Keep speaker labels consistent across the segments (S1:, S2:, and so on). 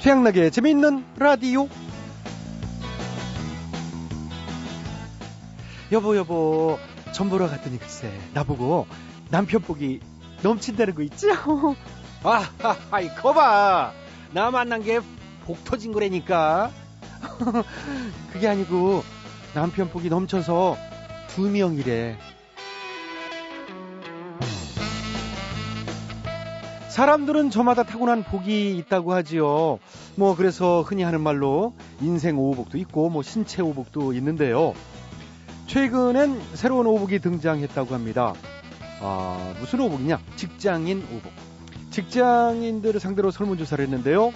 S1: 태양나게 재미있는 라디오. 여보 여보 전 보러 갔더니 글쎄 나보고 남편 복이 넘친다는 거 있지? 아하하 이거 봐나 만난 게 복 터진 거라니까 그게 아니고 남편 복이 넘쳐서 두 명이래 사람들은 저마다 타고난 복이 있다고 하지요. 뭐 그래서 흔히 하는 말로 인생 오복도 있고 뭐 신체 오복도 있는데요. 최근엔 새로운 오복이 등장했다고 합니다. 아, 무슨 오복이냐? 직장인 오복. 직장인들을 상대로 설문조사를 했는데요.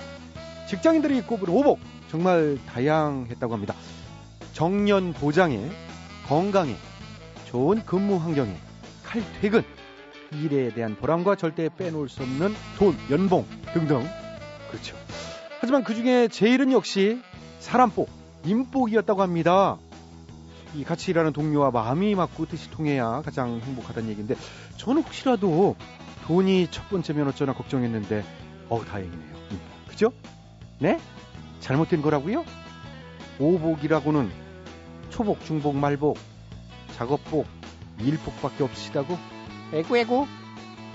S1: 직장인들이 꼽은 오복 정말 다양했다고 합니다. 정년 보장에 건강에 좋은 근무 환경에 칼퇴근 일에 대한 보람과 절대 빼놓을 수 없는 돈, 연봉 등등. 그렇죠. 하지만 그 중에 제일은 역시 사람복, 인복이었다고 합니다. 이 같이 일하는 동료와 마음이 맞고 뜻이 통해야 가장 행복하다는 얘기인데 저는 혹시라도 돈이 첫 번째면 어쩌나 걱정했는데 어 다행이네요. 인복. 그죠? 네? 잘못된 거라고요? 오복이라고는 초복, 중복, 말복, 작업복, 일복밖에 없으시다고? 에구에구.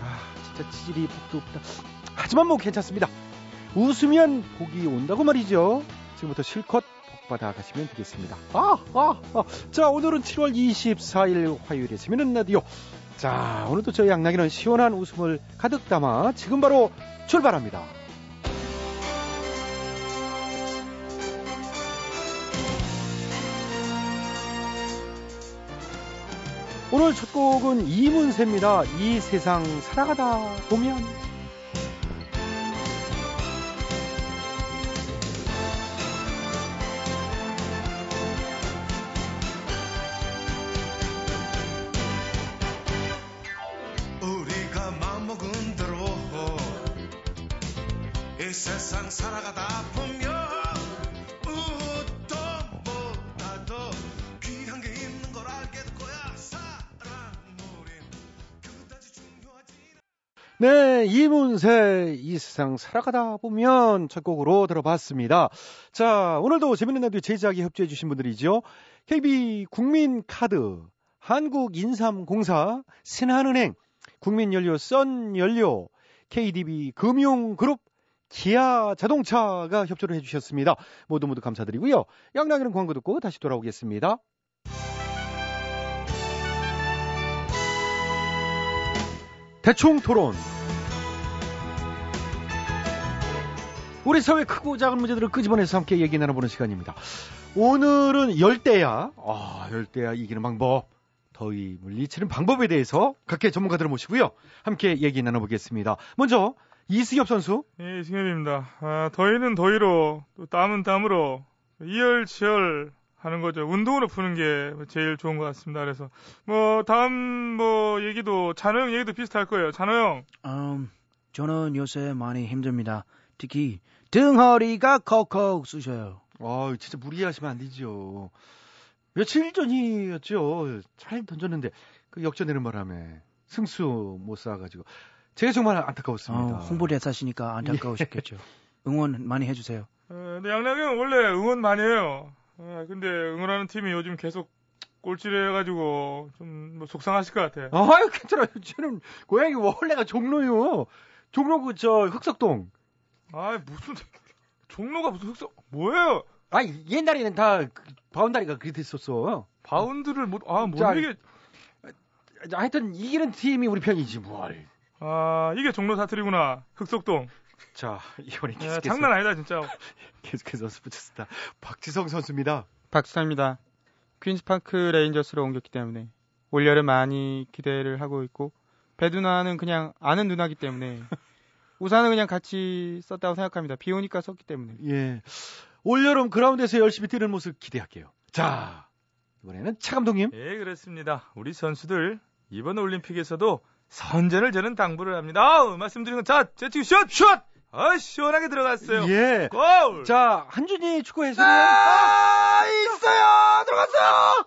S1: 아, 진짜 지질이 복도 없다. 하지만 뭐 괜찮습니다. 웃으면 복이 온다고 말이죠. 지금부터 실컷 복 받아 가시면 되겠습니다. 아, 아, 아. 자, 오늘은 7월 24일 화요일에 재미있는 라디오. 자, 오늘도 저희 양락이는 시원한 웃음을 가득 담아 지금 바로 출발합니다. 오늘 첫 곡은 이문세입니다. 이 세상 살아가다 보면
S2: 우리가 맘먹은 대로 이 세상 살아가다 보면 무엇도 못하도 귀한 게 있는 걸 알게 될 거야 사랑 우린 그다지 중요하지
S1: 네, 이문세 이 세상 살아가다 보면 첫 곡으로 들어봤습니다. 자, 오늘도 재밌는 라디오 제작에 협조해 주신 분들이죠. KB 국민카드, 한국인삼공사, 신한은행, 국민연료 썬연료, KDB 금융그룹, 기아 자동차가 협조를 해주셨습니다. 모두 모두 감사드리고요. 양락이는 광고 듣고 다시 돌아오겠습니다. 대충 토론. 우리 사회 크고 작은 문제들을 끄집어내서 함께 얘기 나눠보는 시간입니다. 오늘은 열대야, 아, 열대야 이기는 방법, 더위 물리치는 방법에 대해서 각계 전문가들을 모시고요. 함께 얘기 나눠보겠습니다. 먼저, 이승엽 선수.
S3: 예, 승엽입니다. 아, 더위는 더위로, 또 땀은 땀으로, 이열치열 하는 거죠. 운동으로 푸는 게 제일 좋은 것 같습니다. 그래서, 뭐, 다음, 뭐, 얘기도, 잔호 형 얘기도 비슷할 거예요. 잔호 형.
S4: 음, 저는 요새 많이 힘듭니다. 특히 등허리가 컥컥 쑤셔요.
S1: 아 진짜 무리하시면 안 되죠. 며칠 전이었죠. 잘 던졌는데, 그 역전되는 바람에 승수 못 쌓아가지고. 제가 정말 안타까웠습니다.
S4: 어, 홍보대사시니까
S5: 예.
S4: 안타까우셨겠죠. 응원 많이 해주세요.
S3: 어, 근데 양락이 형 원래 응원 많이 해요. 아, 근데 응원하는 팀이 요즘 계속 꼴찌해가지고, 좀, 뭐 속상하실 것 같아요.
S1: 아유, 괜찮아요. 저는 고향이 원래가 종로요. 종로 그 저 흑석동.
S3: 아, 무슨, 종로가 무슨 흑석, 뭐예요?
S1: 아 옛날에는 다그 바운다리가 그렇게 됐었어.
S3: 바운드를 못, 아, 못
S1: 자,
S3: 이게,
S1: 하여튼 이기는 팀이 우리 편이지 뭘.
S3: 아, 이게 종로 사투리구나. 흑석동.
S1: 자 이번에
S3: 야,
S1: 계속해서
S3: 장난 아니다, 진짜.
S1: 계속해서 스포츠스타 박지성 선수입니다.
S6: 박수사입니다. 퀸즈파크 레인저스로 옮겼기 때문에 올여름 많이 기대를 하고 있고 배 누나는 그냥 아는 누나기 때문에 우산은 그냥 같이 썼다고 생각합니다. 비 오니까 썼기 때문에
S1: 예. 올여름 그라운드에서 열심히 뛰는 모습 기대할게요. 자 이번에는 차 감독님.
S3: 예, 그렇습니다. 우리 선수들 이번 올림픽에서도 선전을 저는 당부를 합니다. 아우, 말씀드린 건 자, 제치고 슛! 슛! 아, 시원하게 들어갔어요.
S1: 예.
S3: 골!
S1: 자 한준이 축구 해설위원. 아 있어요 들어갔어요.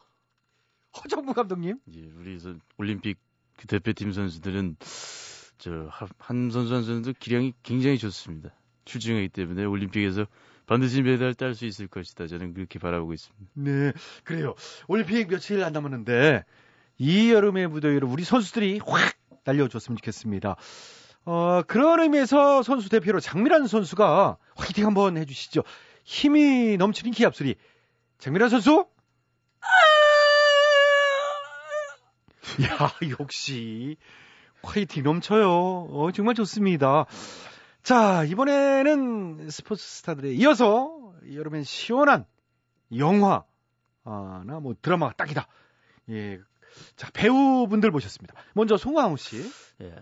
S1: 허정무 감독님.
S7: 예, 우리 선- 올림픽 그 대표팀 선수들은 저 한 선수 한 선수 기량이 굉장히 좋습니다. 출중하기 때문에 올림픽에서 반드시 메달 딸 수 있을 것이다. 저는 그렇게 바라보고 있습니다.
S1: 네, 그래요. 올림픽 며칠 안 남았는데 이 여름의 무더위를 우리 선수들이 확 날려줬으면 좋겠습니다. 어, 그런 의미에서 선수 대표로 장미란 선수가 화이팅 한번 해주시죠. 힘이 넘치는 기합 소리. 장미란 선수? 야, 역시 화이팅 넘쳐요. 어, 정말 좋습니다. 자, 이번에는 스포츠 스타들에 이어서 여름엔 시원한 영화나 뭐 드라마가 딱이다. 예. 자, 배우분들 모셨습니다. 먼저 송하웅 씨.
S5: 예,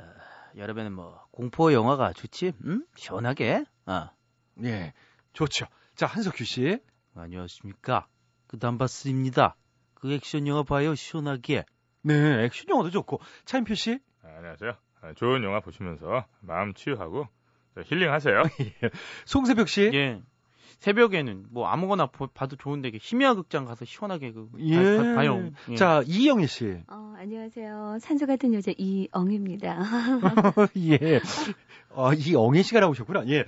S5: 여름에는 뭐 공포 영화가 좋지? 응? 시원하게. 아,
S1: 예. 좋죠. 자, 한석규 씨.
S5: 안녕하십니까? 그 담바스입니다. 그 액션 영화 봐요 시원하게.
S1: 네, 액션 영화도 좋고. 차인표 씨.
S8: 안녕하세요. 아, 좋은 영화 보시면서 마음 치유하고 힐링하세요.
S1: 송세벽 씨.
S6: 예. 새벽에는 뭐 아무거나 보- 봐도 좋은데 이게 심야 극장 가서 시원하게 그
S1: 예.
S6: 봐- 봐요. 예.
S1: 자, 이영희 씨.
S9: 어, 안녕하세요. 산소 같은 여자 이엉입니다.
S1: 예. 아, 이영희 씨가 나오셨구나. 예.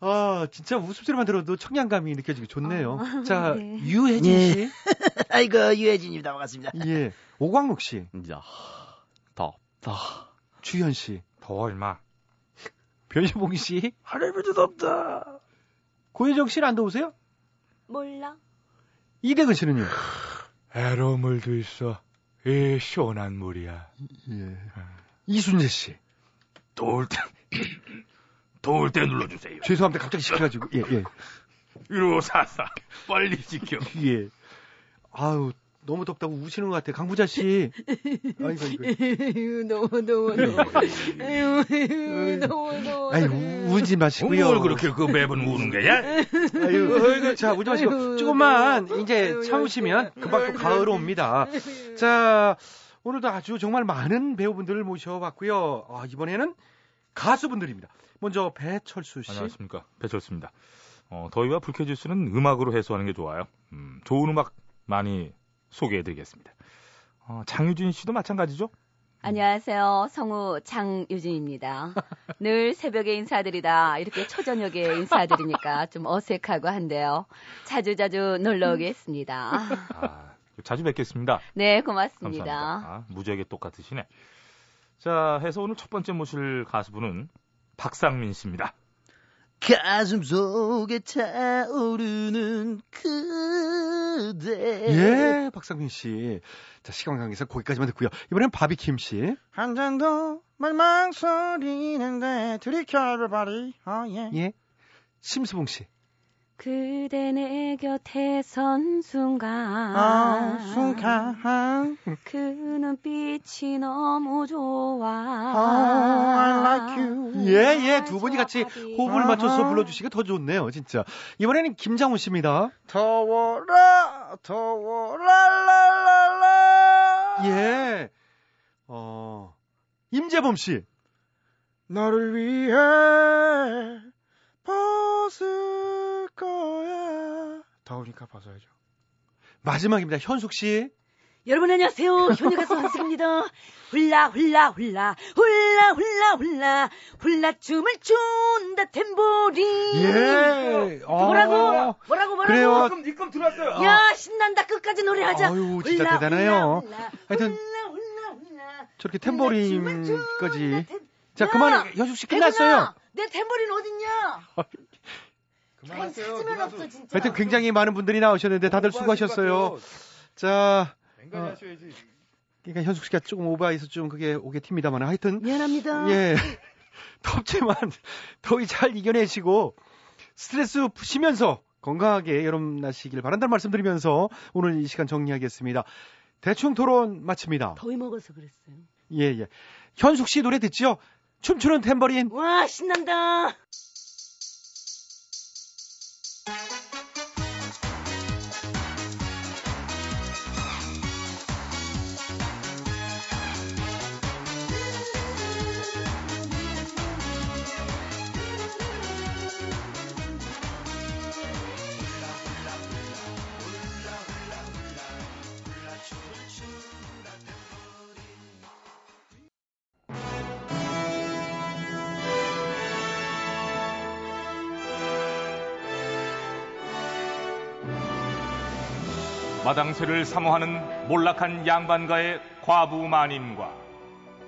S1: 아, 진짜 웃음소리만 들어도 청량감이 느껴지기 좋네요. 자,
S9: 네.
S1: 유혜진
S5: 예.
S1: 씨.
S5: 아이고 유해진입니다. 반갑습니다.
S1: 예. 오광록 씨.
S7: 야, 덥다.
S1: 주현 씨.
S8: 더워 임마.
S1: 변시봉 씨.
S5: 하늘비도 덥다.
S1: 고혜정 씨는 안 더우세요?
S9: 몰라.
S1: 이대근 씨는요?
S8: 에로물도 있어. 이 시원한 물이야.
S1: 예. 이순재 씨.
S7: 더울 때, 더울 때 눌러주세요.
S1: 죄송합니다. 갑자기 시켜가지고. 예, 예.
S7: 위로 사사. 빨리 지켜.
S1: 예. 아유, 너무 덥다고 우시는 것 같아요. 강부자 씨. 그- 아이고, 아이고.
S9: 너무 너무 너무 너무 너무.
S1: 네. 아이, 우- 울지 마시고요.
S7: 뭘 그렇게 그 매번 우는 거야?
S1: 아유, 아이고, 자, 울지 마시고.
S9: 아이고,
S1: 조금만
S9: 너무-
S1: 이제
S9: 아이고,
S1: 참으시면
S9: 열심히.
S1: 금방 또
S9: 아이고,
S1: 가을
S9: 열심히.
S1: 옵니다. 자, 오늘도 아주 정말 많은 배우분들을 모셔봤고요. 아, 이번에는 가수분들입니다. 먼저 배철수 씨.
S8: 안녕하십니까 배철수입니다. 어, 더위와 불쾌지수는 음악으로 해소하는 게 좋아요. 음, 좋은 음악 많이 소개해드리겠습니다. 어, 장유진 씨도 마찬가지죠?
S9: 안녕하세요. 성우 장유진입니다. 늘 새벽에 인사드리다 이렇게 초저녁에 인사드리니까 좀 어색하고 한데요. 자주자주 놀러 오겠습니다.
S8: 아, 자주 뵙겠습니다.
S9: 네, 고맙습니다.
S8: 감사합니다. 아, 무지하게 똑같으시네. 자, 해서 오늘 첫 번째 모실 가수분은 박상민 씨입니다.
S5: 가슴 속에 차오르는 그대.
S1: 예, 박상민 씨. 자, 시간 관계상 거기까지만 듣고요. 이번엔 바비킴 씨.
S6: 한 잔도 말망설이는데 들이켜 everybody. 어, 예.
S1: 예. 심수봉 씨.
S9: 그대 내 곁에 선 순간
S6: 아,
S5: 어,
S6: 순간.
S9: 그 눈빛이 너무 좋아
S6: Oh, I
S9: 아.
S6: like you.
S1: 예, 예, 두 분이 같이 호흡을 맞춰서
S6: 아하.
S1: 불러주시기 더 좋네요, 진짜. 이번에는 김장훈 씨입니다.
S6: 더워라, 더워라, 라라라.
S1: 예. 어, 임재범 씨.
S6: 너를 위해 벗을 거야. 더우니까 벗어야죠.
S1: 마지막입니다, 현숙 씨.
S9: 여러분 안녕하세요 현역 가수 한승입니다 훌라 훌라 훌라 훌라 훌라 훌라 훌라 춤을 춘다 탬보리 어,
S1: 예. 아,
S9: 뭐라고 뭐라고 뭐라고
S1: 그래요. 아.
S9: 야 신난다 끝까지 노래하자
S1: 아유, 진짜
S9: 훌라,
S1: 대단해요.
S9: 훌라, 훌라,
S1: 하여튼
S9: 훌라 훌라 훌라
S1: 저렇게
S9: 훌라 춤을 춘다
S1: 네, 탬버린까지.
S9: 탬-
S1: 자,
S9: 야,
S1: 그만, 현숙 씨 끝났어요.
S9: 대구나, 내 탬버린 어딨냐? 아니, 찾으면 없어 진짜.
S1: 하여튼 굉장히 많은 분들이 나오셨는데 다들 수고하셨어요. 자, 어, 그러니까 현숙 씨가 조금 오버해서 좀 그게 오게 튑니다만 하여튼
S9: 미안합니다.
S1: 예. 덥지만 더위 잘 이겨내시고 스트레스 푸시면서 건강하게 여름 나시길 바란다는 말씀드리면서 오늘 이 시간 정리하겠습니다. 대충 토론 마칩니다.
S9: 더위 먹어서 그랬어요.
S1: 예, 예. 현숙 씨 노래 듣지요? 춤추는 탬버린.
S9: 와 신난다.
S8: 마당쇠를 사모하는 몰락한 양반가의 과부 마님과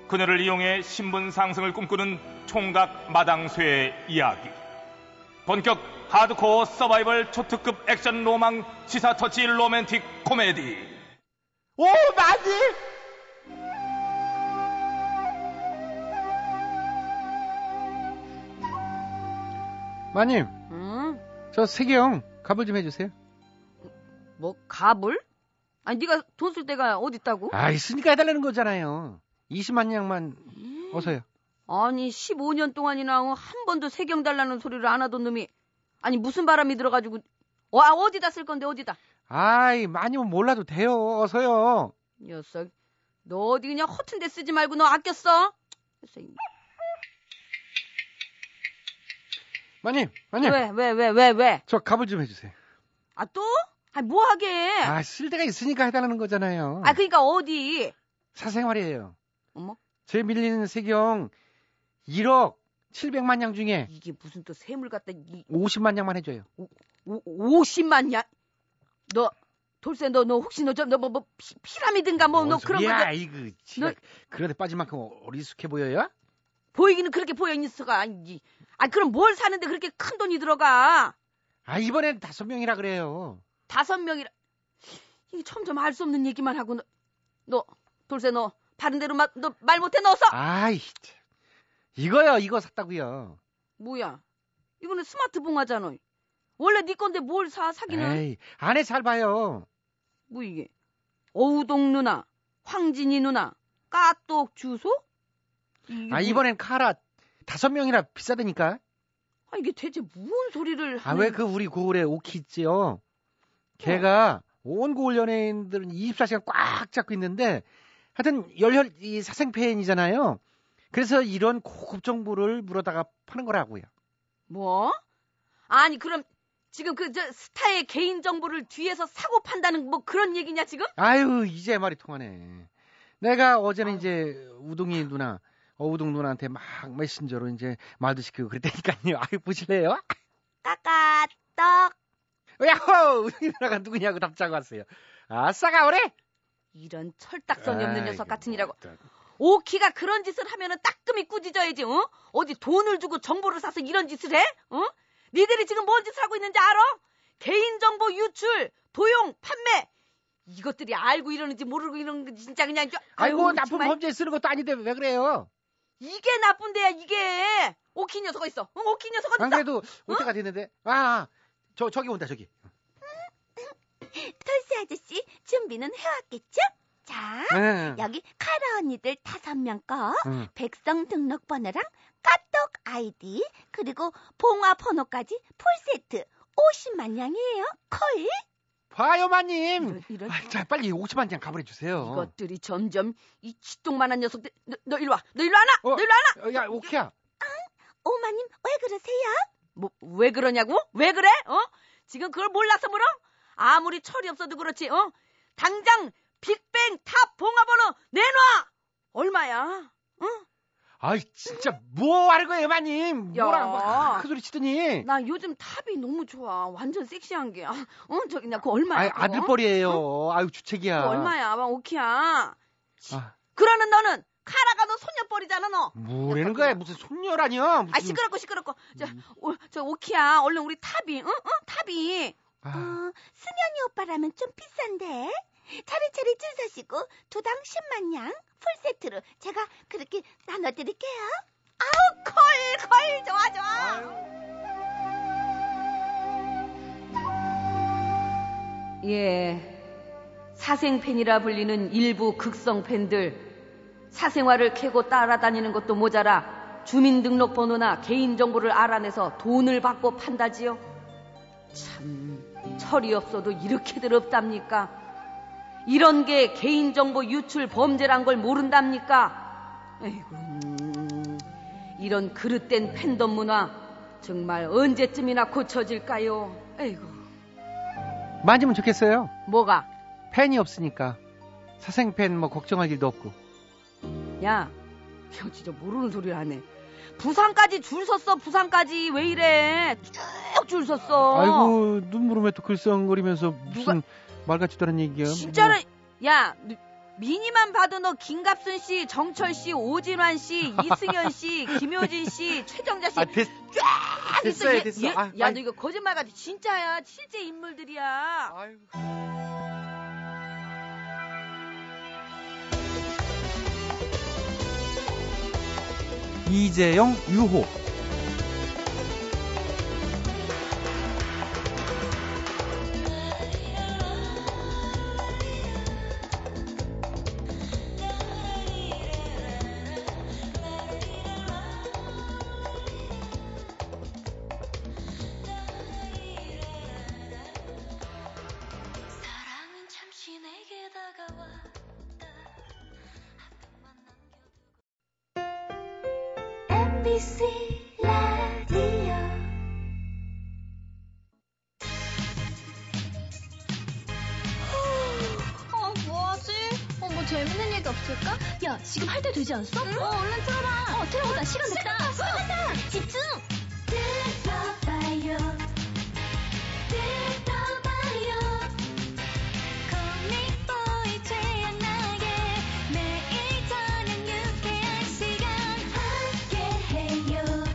S8: 그녀를 이용해 신분 상승을 꿈꾸는 총각 마당쇠의 이야기. 본격 하드코어 서바이벌 초특급 액션 로망 시사 터치 로맨틱 코미디.
S10: 오, 마님!
S11: 마님,
S9: 응?
S11: 저 세계형 갑을 좀 해주세요.
S9: 뭐 갑을? 아니 네가 돈 쓸 데가 어디 있다고?
S11: 아, 있으니까 해달라는 거잖아요. 20만 양만 어서요.
S9: 아니 15년 동안이나 어, 한 번도 세경 달라는 소리를 안 하던 놈이 아니 무슨 바람이 들어가지고 와 어디다 쓸 건데 어디다
S11: 아이, 많이면 몰라도 돼요. 어서요.
S9: 녀석 너 어디 그냥 허튼 데 쓰지 말고 너 아껴 써 녀석,
S11: 마님, 마님.
S9: 왜, 왜, 왜, 왜, 왜?
S11: 저 갑을 좀 해주세요.
S9: 아, 또? 아니, 뭐 하게?
S11: 아, 쓸 데가 있으니까 해달라는 거잖아요.
S9: 아, 그니까 어디?
S11: 사생활이에요.
S9: 어머?
S11: 제 밀리는 세경 1억 700만 양 중에
S9: 이게 무슨 또 샘을 갖다, 이,
S11: 50만 양만 해줘요.
S9: 오, 50만 야. 너, 돌쇠, 너, 너, 혹시 너 좀, 너 뭐, 뭐, 피, 피라미드인가 뭐, 너
S11: 뭔
S9: 그런
S11: 소리야,
S9: 거. 너,
S11: 이거 지가 그런데 빠질 만큼 어리숙해 보여요?
S9: 보이기는 그렇게 보여, 이 녀석아. 아니, 이- 아니, 그럼 뭘 사는데 그렇게 큰 돈이 들어가?
S11: 아 이번엔 다섯 명이라 그래요.
S9: 다섯 명이라. 이게 점점 알 수 없는 얘기만 하고, 너, 너, 돌쇠, 너, 바른 대로 막, 너 말 못해, 넣어서!
S11: 아이 참. 이거요 이거 샀다고요.
S9: 뭐야. 이거는 스마트 봉화잖아. 원래 네 건데 뭘 사, 사기는.
S11: 에이 안에 잘 봐요.
S9: 뭐 이게 어우동 누나, 황진이 누나, 까똑 주소? 이게 뭐-
S11: 아 이번엔 카라 다섯 명이라 비싸다니까.
S9: 아 이게 대체 무슨 소리를
S11: 아
S9: 하는
S11: 왜 그 우리 고을에 오키 있지요? 걔가 온 고을 연예인들은 24시간 꽉 잡고 있는데 하여튼 열혈 이 사생 팬이잖아요. 그래서 이런 고급 정보를 물어다가 파는 거라고요.
S9: 뭐? 아니 그럼 지금 그 저 스타의 개인 정보를 뒤에서 사고 판다는 뭐 그런 얘기냐 지금?
S11: 아유 이제 말이 통하네. 내가 어제는 이제 우동이 누나, 어우동 누나한테 막 메신저로 이제 말도 시키고 그랬다니까요. 아유 보실래요?
S9: 까까떡
S11: 야호 우동이 누나가 누구냐고 답장 왔어요. 아싸가 오래.
S9: 이런 철딱선이 없는
S11: 아이고,
S9: 녀석 같으니라고
S11: 또.
S9: 오키가 그런 짓을 하면은 따끔히 꾸짖어야지 어? 어디 돈을 주고 정보를 사서 이런 짓을 해? 어? 니들이 지금 뭔 짓을 하고 있는지 알아? 개인정보 유출, 도용, 판매 이것들이 알고 이러는지 모르고 이러는 거 진짜 그냥 저-
S11: 아이고
S9: 아유,
S11: 나쁜
S9: 정말.
S11: 범죄 쓰는 것도 아닌데 왜 그래요?
S9: 이게 나쁜 데야 이게 오키 녀석 있어 응, 오키 녀석
S11: 안
S9: 있어
S11: 그래도 올 때가 됐는데 아, 저 저기 온다 저기.
S12: 털스 아저씨 준비는 해왔겠죠? 자
S1: 네.
S11: 응.
S12: 여기 카라 언니들 다섯 명거
S11: 응.
S12: 백성 등록번호랑 까똑 아이디 그리고 봉화 번호까지 풀세트 50만 양이에요 콜
S11: 봐요 마님.
S9: 이런,
S11: 아, 자 빨리 50만 장 가버려 주세요.
S9: 음, 이것들이 점점 이 쥐똥만한 녀석들 너, 너 일로 와너 일로
S11: 어.
S9: 와나 너 일로 와나
S11: 야 오키야
S12: 오마님 왜 그러세요?
S9: 뭐 왜 그러냐고? 왜 그래? 어? 지금 그걸 몰라서 물어? 아무리 철이 없어도 그렇지. 어? 당장 빅뱅 탑 봉화번호 내놔. 얼마야?
S11: 아이 진짜 뭐 하는 거예요 마님?
S9: 야.
S11: 뭐라고 막 소리 치더니.
S9: 나 요즘 탑이 너무 좋아. 완전 섹시한 게. 아, 어? 저기 나 그거 얼마야?
S11: 아이
S9: 그거?
S11: 아들뻘이에요. 아유 주책이야.
S9: 그거 어? 뭐 얼마야? 막 오키야.
S11: 아,
S9: 그러는 너는 카라가 너 소녀뻘이잖아 너.
S11: 뭐라는 거야 무슨 손녀라니요? 무슨...
S9: 아 시끄럽고 시끄럽고. 저, 오, 저 오키야. 얼른 우리 탑이. 응? 응? 탑이.
S11: 아,
S12: 어, 승현이 오빠라면 좀 비싼데 차례차례 줄 서시고 두당 10만 양 풀세트로 제가 그렇게 나눠드릴게요 아우 콜콜 좋아 좋아
S9: 예. 사생팬이라 불리는 일부 극성 팬들. 사생활을 캐고 따라다니는 것도 모자라 주민등록번호나 개인정보를 알아내서 돈을 받고 판다지요. 참, 철이 없어도 이렇게들 없답니까? 이런 게 개인정보 유출 범죄란 걸 모른답니까? 에이구, 음, 이런 그릇된 팬덤 문화 정말 언제쯤이나 고쳐질까요? 에이구,
S11: 맞으면 좋겠어요.
S9: 뭐가?
S11: 팬이 없으니까 사생팬 뭐 걱정할 일도 없고.
S9: 야, 형 진짜 모르는 소리를 하네. 부산까지 줄 섰어, 부산까지. 왜 이래? 쭉 줄 섰어.
S11: 아이고 눈물음에 또 글썽거리면서 무슨
S1: 말 같지도 않은
S13: 예,
S1: 얘기야.
S13: 뭐.
S1: 뭐.
S9: 진짜로 야 미- 미니만 봐도 너 김갑순 씨, 정철 씨, 오진환 씨, 이승현 씨, 김효진 씨, 최정자 씨.
S13: 아, 됐,
S9: 쫙 있어.
S13: 됐어요,
S9: 얘-
S13: 됐어.
S9: 얘-
S13: 아,
S9: 야,
S13: 아이.
S9: 너 이거 거짓말 같아. 진짜야. 실제 인물들이야.
S14: 이재영, 유호.
S2: MBC 라디오
S10: 어, 뭐하지? 어, 뭐 재밌는 얘기 없을까? 야, 지금 할 때 되지 않았어? 어, 얼른 틀어라. 어, 틀어보자. 시간 됐다. 시간 됐다. 집중! 들어봐요. 들어봐요. 코믹보이 최양락의 매일 저녁 유쾌한 시간 함께해요.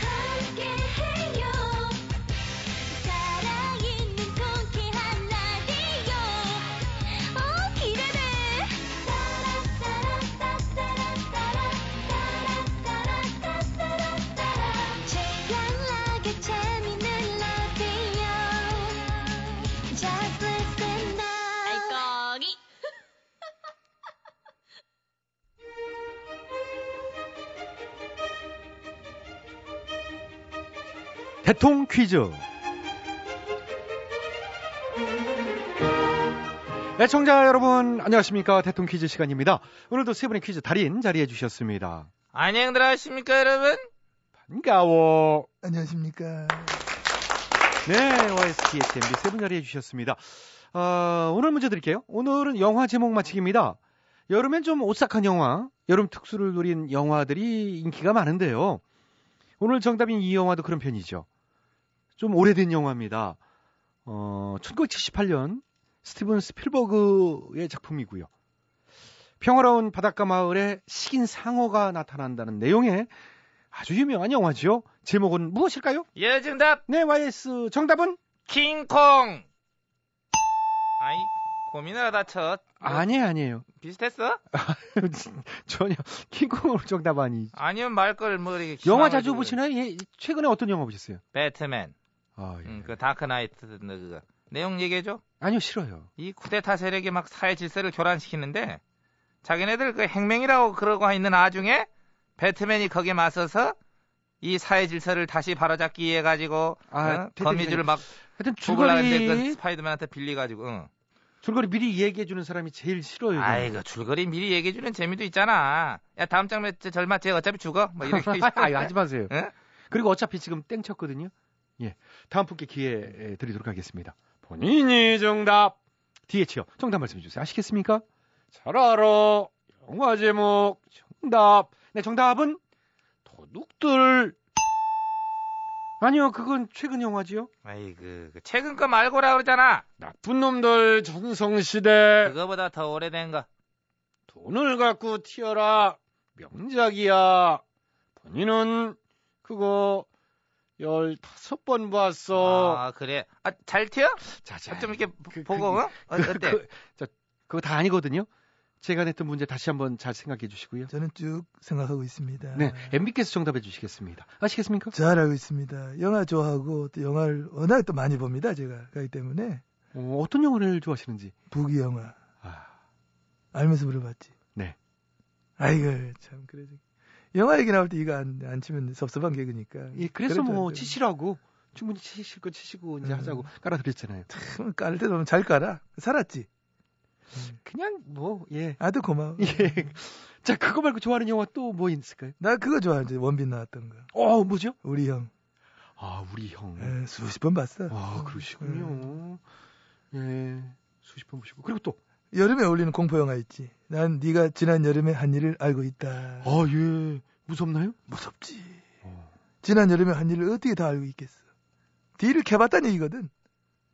S10: 함께해요. 살아있는 통쾌한 라디오. 어, 기대돼. 최양락의 재밌는 라디오. Just listen now. 알거기.
S1: 대통 퀴즈. 애청자 여러분, 안녕하십니까. 대통 퀴즈 시간입니다. 오늘도 세 분의 퀴즈 달인 자리해 주셨습니다.
S15: 안녕들 하십니까 여러분?
S1: 반가워.
S15: 안녕하십니까.
S1: 네, YST SMB 세분 자리해 주셨습니다. 아, 오늘 문제 드릴게요. 오늘은 영화 제목 맞히기입니다. 여름엔 좀 오싹한 영화, 여름 특수를 노린 영화들이 인기가 많은데요. 오늘 정답인 이 영화도 그런 편이죠. 좀 오래된 영화입니다. 어, 1978년 스티븐 스필버그의 작품이고요. 평화로운 바닷가 마을에 식인 상어가 나타난다는 내용의 아주 유명한 영화지요. 제목은 무엇일까요?
S15: 예 정답.
S1: 네 YS 정답은
S15: 킹콩. 아이 고민하다 첫
S1: 아니 아니에요.
S15: 비슷했어?
S1: 전혀 킹콩으로 정답 아니.
S15: 아니면 말걸 뭐 이렇게
S1: 영화
S15: 기상을
S1: 자주
S15: 해주고.
S1: 보시나요? 예, 최근에 어떤 영화 보셨어요?
S15: 배트맨.
S1: 아,
S15: 음, 그 다크나이트 그거. 내용 얘기해줘.
S1: 아니요 싫어요.
S15: 이 쿠데타 세력이 막 사회 질서를 교란시키는데 자기네들 그 행맹이라고 그러고 있는 아중에 배트맨이 거기에 맞서서 이 사회 질서를 다시 바로잡기 위해 가지고
S1: 아, 대대적인-
S15: 어? 거미줄을 막
S1: 하여튼
S15: 죽으려는데
S1: 줄거리-
S15: 그 스파이더맨한테 빌려가지고 응.
S1: 줄거리 미리 얘기해 주는 사람이 제일 싫어요.
S15: 아이고 줄거리 미리 얘기해주는 재미도 있잖아. 야 다음 장면 저- 절마 쟤 어차피 죽어. 뭐 이렇게.
S1: 아유, 하지 마세요. 그리고 어차피 지금 땡쳤거든요. 예, 다음 분께 기회 예, 드리도록 하겠습니다. 본인이 정답. DH요. 정답 말씀해 주세요. 아시겠습니까? 잘 알아. 영화 제목 정답. 네, 정답은 도둑들. 아니요, 그건 최근 영화지요.
S15: 아이고 그 최근 거 말고라 그러잖아.
S1: 나쁜 놈들 전성시대.
S15: 그거보다 더 오래된 거.
S1: 돈을 갖고 튀어라. 명작이야. 본인은 그거 15번 봤어.
S15: 아 그래. 아, 잘 튀어?
S1: 자,
S15: 좀 이렇게 보고 어? 어, 어때?
S1: 그, 자, 그거 다 아니거든요. 제가 냈던 문제 다시 한번 잘 생각해 주시고요.
S16: 저는 쭉 생각하고 있습니다.
S1: 네, MB께서 정답해 주시겠습니다. 아시겠습니까?
S16: 잘 알고 있습니다. 영화 좋아하고 또 영화를 워낙 또 많이 봅니다. 제가 그렇기 때문에
S1: 어, 어떤 영화를 좋아하시는지 아,
S16: 부기 영화 알면서 물어봤지.
S1: 네.
S16: 아이고 참 그래. 영화 얘기 나올 때 이거 안, 안 치면 섭섭한 개그니까.
S1: 예, 그래서 뭐
S16: 참
S1: 치시라고 충분히 치실 거 치시고 이제 음. 하자고 깔아드렸잖아요.
S16: 깔 때도 잘 깔아. 살았지.
S1: 그냥 뭐 예.
S16: 아주 고마워.
S1: 예. 자 그거 말고 좋아하는 영화 또 뭐 있을까요?
S16: 나 그거 좋아하지 원빈 나왔던 거.
S1: 어 뭐죠?
S16: 우리 형.
S1: 아 우리 형.
S16: 예, 수십 번 봤어.
S1: 아 그러시군요. 예, 수십 번 보시고 그리고 또.
S16: 예. 여름에 어울리는 공포 영화 있지. 난 네가 지난 여름에 한 일을 알고 있다.
S1: 아 예. 무섭나요?
S16: 무섭지.
S1: 어.
S16: 지난 여름에 한 일을 어떻게 다 알고 있겠어. 뒤를 캐봤다는 얘기거든.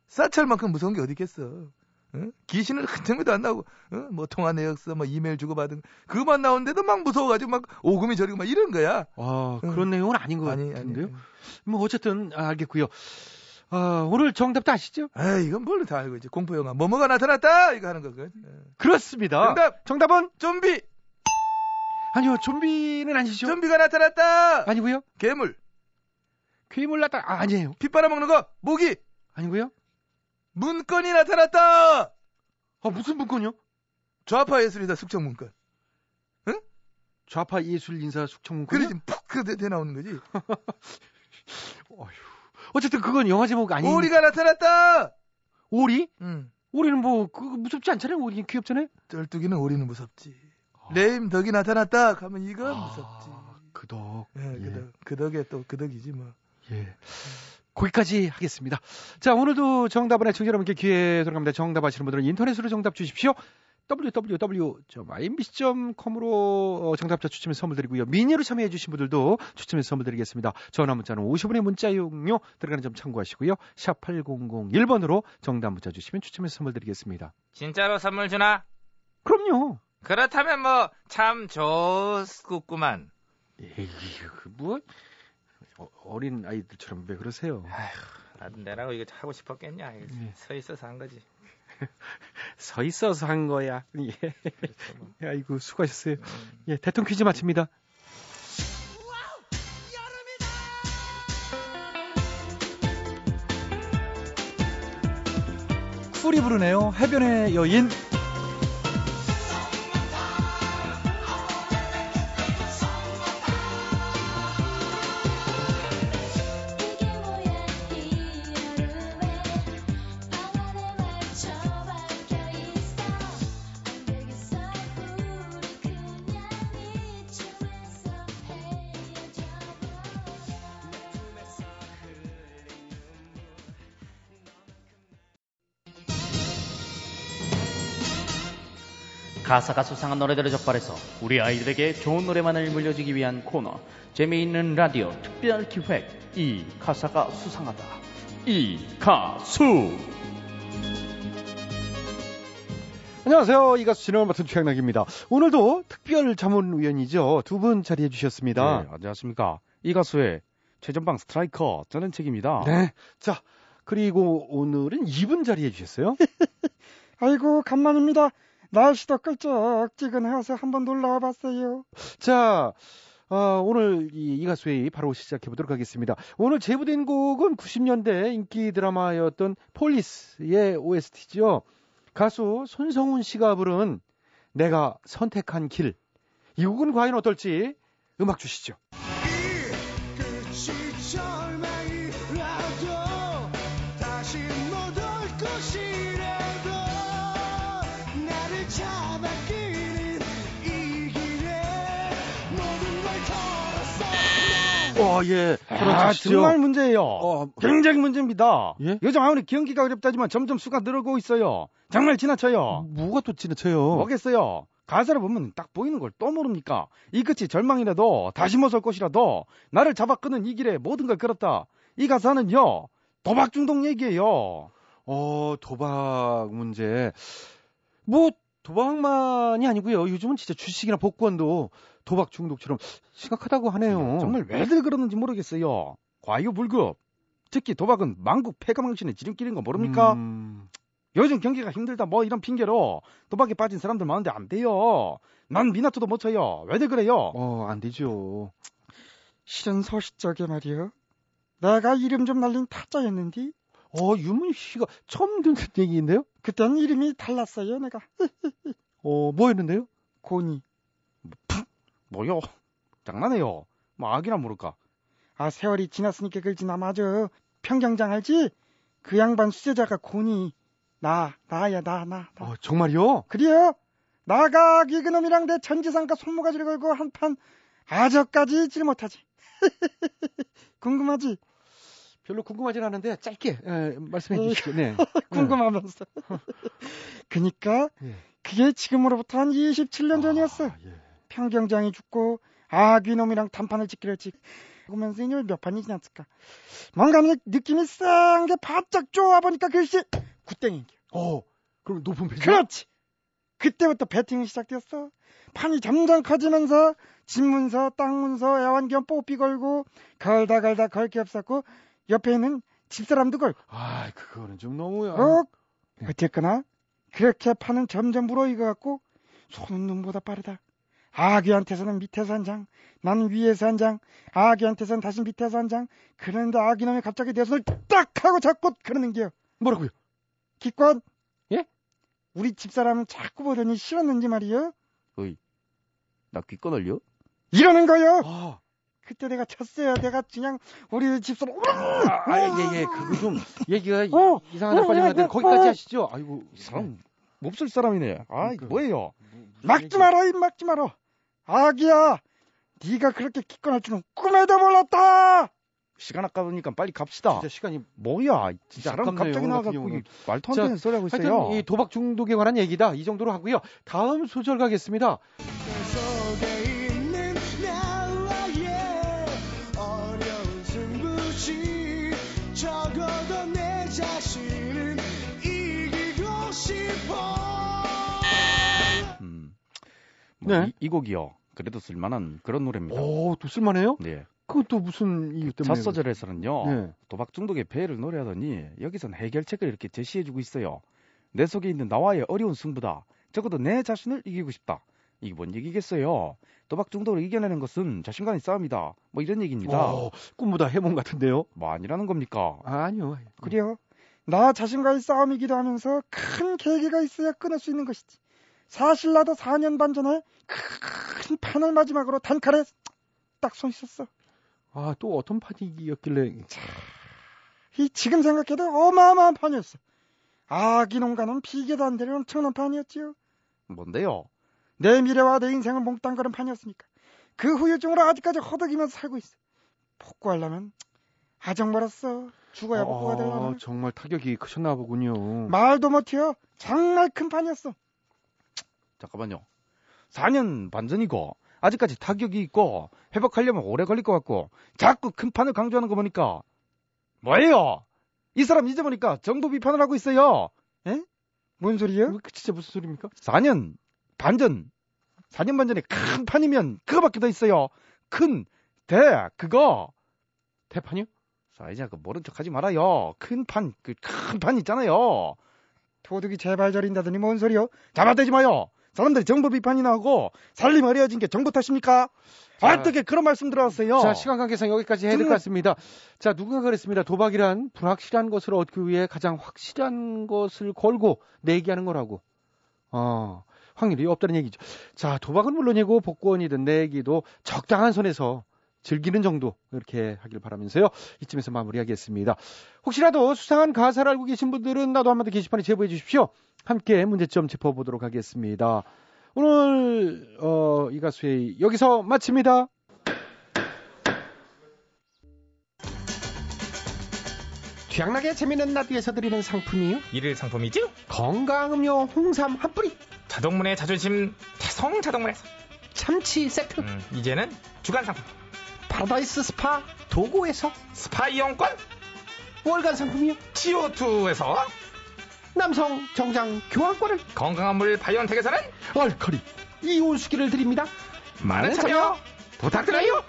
S16: 사찰만큼 무서운 게 어디 있겠어. 응? 귀신은 흔적이도 안 나오고, 응? 뭐 통화 내역서, 뭐 이메일 주고받은 거. 그것만 나오는데도 막 무서워가지고 막 오금이 저리고 막 이런 거야.
S1: 아,
S16: 예.
S1: 그런 내용은 아닌 것 같은데요. 뭐 어쨌든 아, 알겠고요. 아, 오늘 정답도 아시죠?
S16: 아, 이건 뭘로 다 알고 있지. 공포 영화 뭐뭐가 나타났다 이거 하는 거거든.
S1: 그렇습니다.
S16: 정답.
S1: 정답은
S16: 좀비.
S1: 아니요, 좀비는 아니죠.
S16: 좀비가 나타났다.
S1: 아니고요.
S16: 괴물.
S1: 괴물 나타 아, 아니에요.
S16: 피 빨아먹는 거 모기.
S1: 아니고요.
S16: 문건이 나타났다.
S1: 아, 무슨 문건이요?
S16: 좌파 예술이다 숙청 문건.
S1: 좌파 예술 인사 숙청 문건.
S16: 그러지 푹그 대 나오는 거지.
S1: 어쨌든 그건 영화 제목 아니.
S16: 오리가 나타났다.
S1: 오리?
S16: 응.
S1: 오리는 뭐 그거 무섭지 않잖아요. 오리 귀엽잖아요.
S16: 쩔뚝이는 오리는 무섭지. 레임 덕이 나타났다. 가면 이건 무섭지.
S1: 아. 그덕.
S16: 예, 그덕. 그덕에 또 그덕이지 뭐.
S1: 예. 거기까지 하겠습니다. 자, 오늘도 정답은 청취자 여러분께 기회 돌아갑니다. 정답 아시는 분들은 인터넷으로 정답 주십시오. www.imbc.com으로 어, 정답자 추첨해서 선물 드리고요. 미니로 참여해 주신 분들도 추첨해서 선물 드리겠습니다. 전화 문자는 50원의 문자 이용료 들어가는 점 참고하시고요. 샵 8001번으로 정답 문자 주시면 추첨해서 선물 드리겠습니다.
S15: 진짜로 선물 주나?
S1: 그럼요.
S15: 그렇다면 뭐 참 좋구만.
S1: 에이, 뭐 어린 아이들처럼 왜 그러세요?
S15: 나도 내라고 이거 하고 싶었겠냐? 서 있어서 한 거지.
S1: 서 있어서 한 거야. 예. 아이고 수고하셨어요. 예, 대통령 퀴즈 마칩니다.
S13: 쿨이 부르네요. 해변의 여인.
S14: 가사가 수상한 노래들을 적발해서 우리 아이들에게 좋은 노래만을 물려주기 위한 코너 재미있는 라디오 특별 기획 이 가사가 수상하다 이 가수
S17: 네,
S1: 안녕하세요. 이 가수 진행을 맡은 최양락입니다. 오늘도 특별 자문위원이죠. 두 분 자리해 주셨습니다.
S17: 네, 안녕하십니까. 이 가수의 최전방 스트라이커 저는
S18: 아.
S17: 책입니다.
S1: 네. 자, 그리고 오늘은 이분 자리해 주셨어요.
S18: 아이고 간만입니다. 날씨도 끌적지근해서 한번 놀러와 봤어요.
S1: 자, 아, 오늘 이, 이 가수의 바로 시작해 보도록 하겠습니다. 오늘 제보된 곡은 90년대 인기 드라마였던 폴리스의 OST죠. 가수 손성훈 씨가 부른 내가 선택한 길. 이 곡은 과연 어떨지 음악 주시죠.
S2: 끝이 절망이라도 다시 못올 것이라도 나를 잡아끼는 이 길에 모든 걸 걸었어
S1: 어, 예.
S18: 아,
S1: 들어주시죠.
S18: 정말 문제예요.
S17: 굉장히 문제입니다.
S18: 요즘 아무리 경기가 어렵다지만 점점 수가 늘어고 있어요. 정말
S17: 어.
S18: 지나쳐요.
S1: 뭐가 또 지나쳐요?
S18: 뭐겠어요?
S17: 가사를 보면 딱 보이는 걸 또 모릅니까? 이 끝이 절망이라도 다시 못설 것이라도 나를 잡아 끄는 이 길에 모든 걸 걸었다. 이 가사는요 도박 중독 얘기예요.
S1: 어, 도박 문제. 뭐 도박만이 아니고요. 요즘은 진짜 주식이나 복권도 도박 중독처럼 심각하다고 하네요. 어.
S17: 정말 왜들 그러는지 모르겠어요. 과유불급. 특히 도박은 망국 폐가망신의 지름길인 거 모릅니까?
S1: 음.
S17: 요즘 경기가 힘들다 뭐 이런 핑계로 도박에 빠진 사람들 많은데 안 돼요. 난 미나토도 못 쳐요. 왜들 그래요?
S1: 어, 안 되죠.
S18: 실은 소식적에 말이요. 내가 이름 좀 날린 타짜였는데.
S1: 어, 유문 씨가 처음 듣는 얘기인데요?
S18: 그땐 이름이 달랐어요, 내가.
S1: 어, 뭐였는데요?
S18: 고니.
S17: 뭐요? 장난해요. 뭐 악이나 모를까.
S18: 아, 세월이 지났으니까 그지나 맞아. 평경장 알지? 그 양반 수제자가 고니. 나, 나야, 나, 나, 나.
S1: 어, 정말요?
S18: 그래요? 나가 이그놈이랑 내 전지상과 손모가지를 걸고 한판 아저까지 질 못하지. 궁금하지?
S1: 별로 궁금하진 않은데 짧게 예,
S18: 어,
S1: 말씀해 주시죠. 네.
S18: 궁금하면서. 그니까
S1: 예. 아. 예.
S18: 그게 지금으로부터 한 27년 전이었어. 평경장이 죽고 아귀놈이랑 단판을 지기로 했지. 보면서 이놈이 몇 판이 지났을까? 뭔가 그냥 느낌이 싼게 바짝 좋아 보니까 글씨 구땡인 게.
S1: 어, 그럼 높은 패지?
S18: 그렇지. 그때부터 배팅이 시작됐어. 판이 점점 커지면서 집문서, 땅문서, 애완견 뽀삐 걸고 걸다 걸다 걸 게 없었고 옆에 있는 집사람도 걸고.
S1: 아, 그거는 좀 너무야.
S18: 어? 어쨌거나 그렇게 파는 점점 무러익어 갖고 손은 눈보다 빠르다. 아귀한테서는 밑에서 한 장, 나는 위에서 한 장, 아귀한테서는 다시 밑에서 한 장. 그런데 아귀놈이 갑자기 내 손을 딱 하고 잡고 그러는 게요.
S1: 뭐라고요?
S18: 기권.
S7: 예?
S18: 우리 집사람은 자꾸 보더니 싫었는지 말이요.
S7: 어이, 나 귀꺼날려?
S18: 이러는 거요.
S1: 아,
S18: 그때 내가 쳤어요. 내가 그냥 우리 집사람.
S1: 아, 예, 예, 그거 좀 얘기가 이상한
S18: 어,
S1: 데로 빨리 가야
S18: 어,
S1: 되는데 거기까지
S18: 어.
S1: 하시죠. 아이고, 이 사람
S17: 몹쓸 사람이네. 아, 이 뭐예요?
S18: 막지 마라, 입 막지 마라. 아기야, 네가 그렇게 기권할 줄은 꿈에도 몰랐다.
S17: 시간 아까우니까 빨리 갑시다. 진짜
S1: 시간이
S17: 뭐야? 이 진짜
S1: 아깝네요,
S17: 사람 갑자기
S1: 오늘 같은
S17: 나와갖고
S1: 경우는.
S17: 이 말도 안
S1: 자,
S17: 되는 소리 하고 있어요.
S1: 하여튼 이 도박 중독에 관한 얘기다. 이 정도로 하고요. 다음 소절 가겠습니다.
S2: 속에 있는 나와의 어려운 승부시 적어도 내 자신은 이기고 싶어
S17: 음. 뭐 이, 이 곡이요. 그래도 쓸만한 그런 노래입니다.
S1: 오, 또 쓸만해요?
S17: 네.
S1: 그것도 무슨 이유
S17: 첫
S1: 때문에?
S17: 소절에서는요.
S1: 네.
S17: 도박 중독의 폐해를 노래하더니 여기선 해결책을 이렇게 제시해주고 있어요. 내 속에 있는 나와의 어려운 승부다. 적어도 내 자신을 이기고 싶다. 이게 뭔 얘기겠어요? 도박 중독을 이겨내는 것은 자신과의 싸움이다. 뭐 이런 얘기입니다.
S18: 어.
S1: 오, 어, 꿈보다 해몽 같은데요?
S17: 뭐 아니라는 겁니까?
S1: 아니요.
S18: 그래요. 나 자신과의 싸움이기도 하면서 큰 계기가 있어야 끊을 수 있는 것이지. 사실 나도 4년 반 전에 큰 판을 마지막으로 단칼에 딱 손 있었어.
S1: 아, 또 어떤 판이었길래 참.
S18: 이 지금 생각해도 어마어마한 판이었어. 아기농가는 비계도 안 되는 엄청난 판이었지요.
S17: 뭔데요?
S18: 내 미래와 내 인생을 몽땅 거는 판이었으니까. 그 후유증으로 아직까지 허덕이면서 살고 있어. 복구하려면 아정 멀었어. 죽어야 복구가 되려면.
S1: 아, 정말 타격이 크셨나 보군요.
S18: 말도 못해요. 정말 큰 판이었어.
S17: 잠깐만요. 4년 반 전이고 아직까지 타격이 있고 회복하려면 오래 걸릴 것 같고 자꾸 큰 판을 강조하는 거 보니까 뭐예요? 이 사람 이제 보니까 정부 비판을 하고 있어요.
S18: 에? 뭔 소리예요?
S1: 그 진짜 무슨 소리입니까?
S17: 4년 반 전, 4년 반 전에 큰 판이면 그거밖에 더 있어요. 큰, 대, 그거.
S1: 대판이요?
S17: 자, 이제 그 모른 척 하지 말아요. 큰 판, 그 큰 판 있잖아요.
S18: 도둑이 제발 저린다더니 뭔 소리요?
S17: 잡아대지 마요. 사람들이 정부 비판이나 하고 살림 어려워진 게 정부 탓입니까? 어떻게 그런 말씀 들어왔어요?
S1: 자, 시간 관계상 여기까지 해야 될 것
S17: 정말-
S1: 같습니다. 자, 누군가 그랬습니다. 도박이란 불확실한 것을 얻기 위해 가장 확실한 것을 걸고 내기하는 거라고. 어, 확률이 없다는 얘기죠. 자, 도박은 물론이고 복권이든 내기도 적당한 선에서 즐기는 정도 이렇게 하길 바라면서요. 이쯤에서 마무리하겠습니다. 혹시라도 수상한 가사를 알고 계신 분들은 나도 한마디 게시판에 제보해 주십시오. 함께 문제점 짚어보도록 하겠습니다. 오늘 어, 이 가수의 여기서 마칩니다. 취향나게 재미있는 라디오에서 드리는 상품이요.
S15: 일일 상품이죠?
S1: 건강음료 홍삼 한 뿌리.
S15: 자동문의 자존심 태성 자동문에서 음,
S1: 참치 세트.
S3: 음.
S15: 이제는 주간 상품
S1: 파라다이스 스파 도고에서
S15: 스파 이용권
S1: 월간 상품이요.
S15: CO2에서
S1: 남성 정장 교환권을
S15: 건강한 물 바이온텍에서는
S1: 얼커리 이온수기를 드립니다.
S15: 많은 참여 부탁드려요.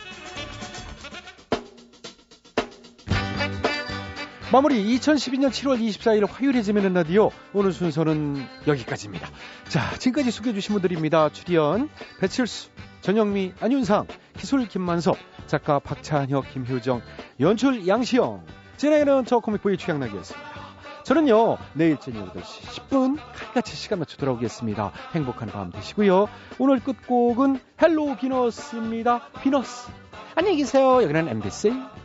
S1: 마무리 2012년 7월 24일 화요일에 재미있는 라디오 오늘 순서는 여기까지입니다. 자 지금까지 소개해 주신 분들입니다. 출연 배칠수, 전영미, 안윤상, 기술 김만섭, 작가 박찬혁, 김효정, 연출 양시영, 진행은 저 코믹보이 최양락이었습니다. 저는요 내일 저녁 8시 10분 칼같이 시간 맞춰 돌아오겠습니다. 행복한 밤 되시고요. 오늘 끝곡은 헬로 비너스입니다. 비너스 안녕히 계세요. 여기는 MBC.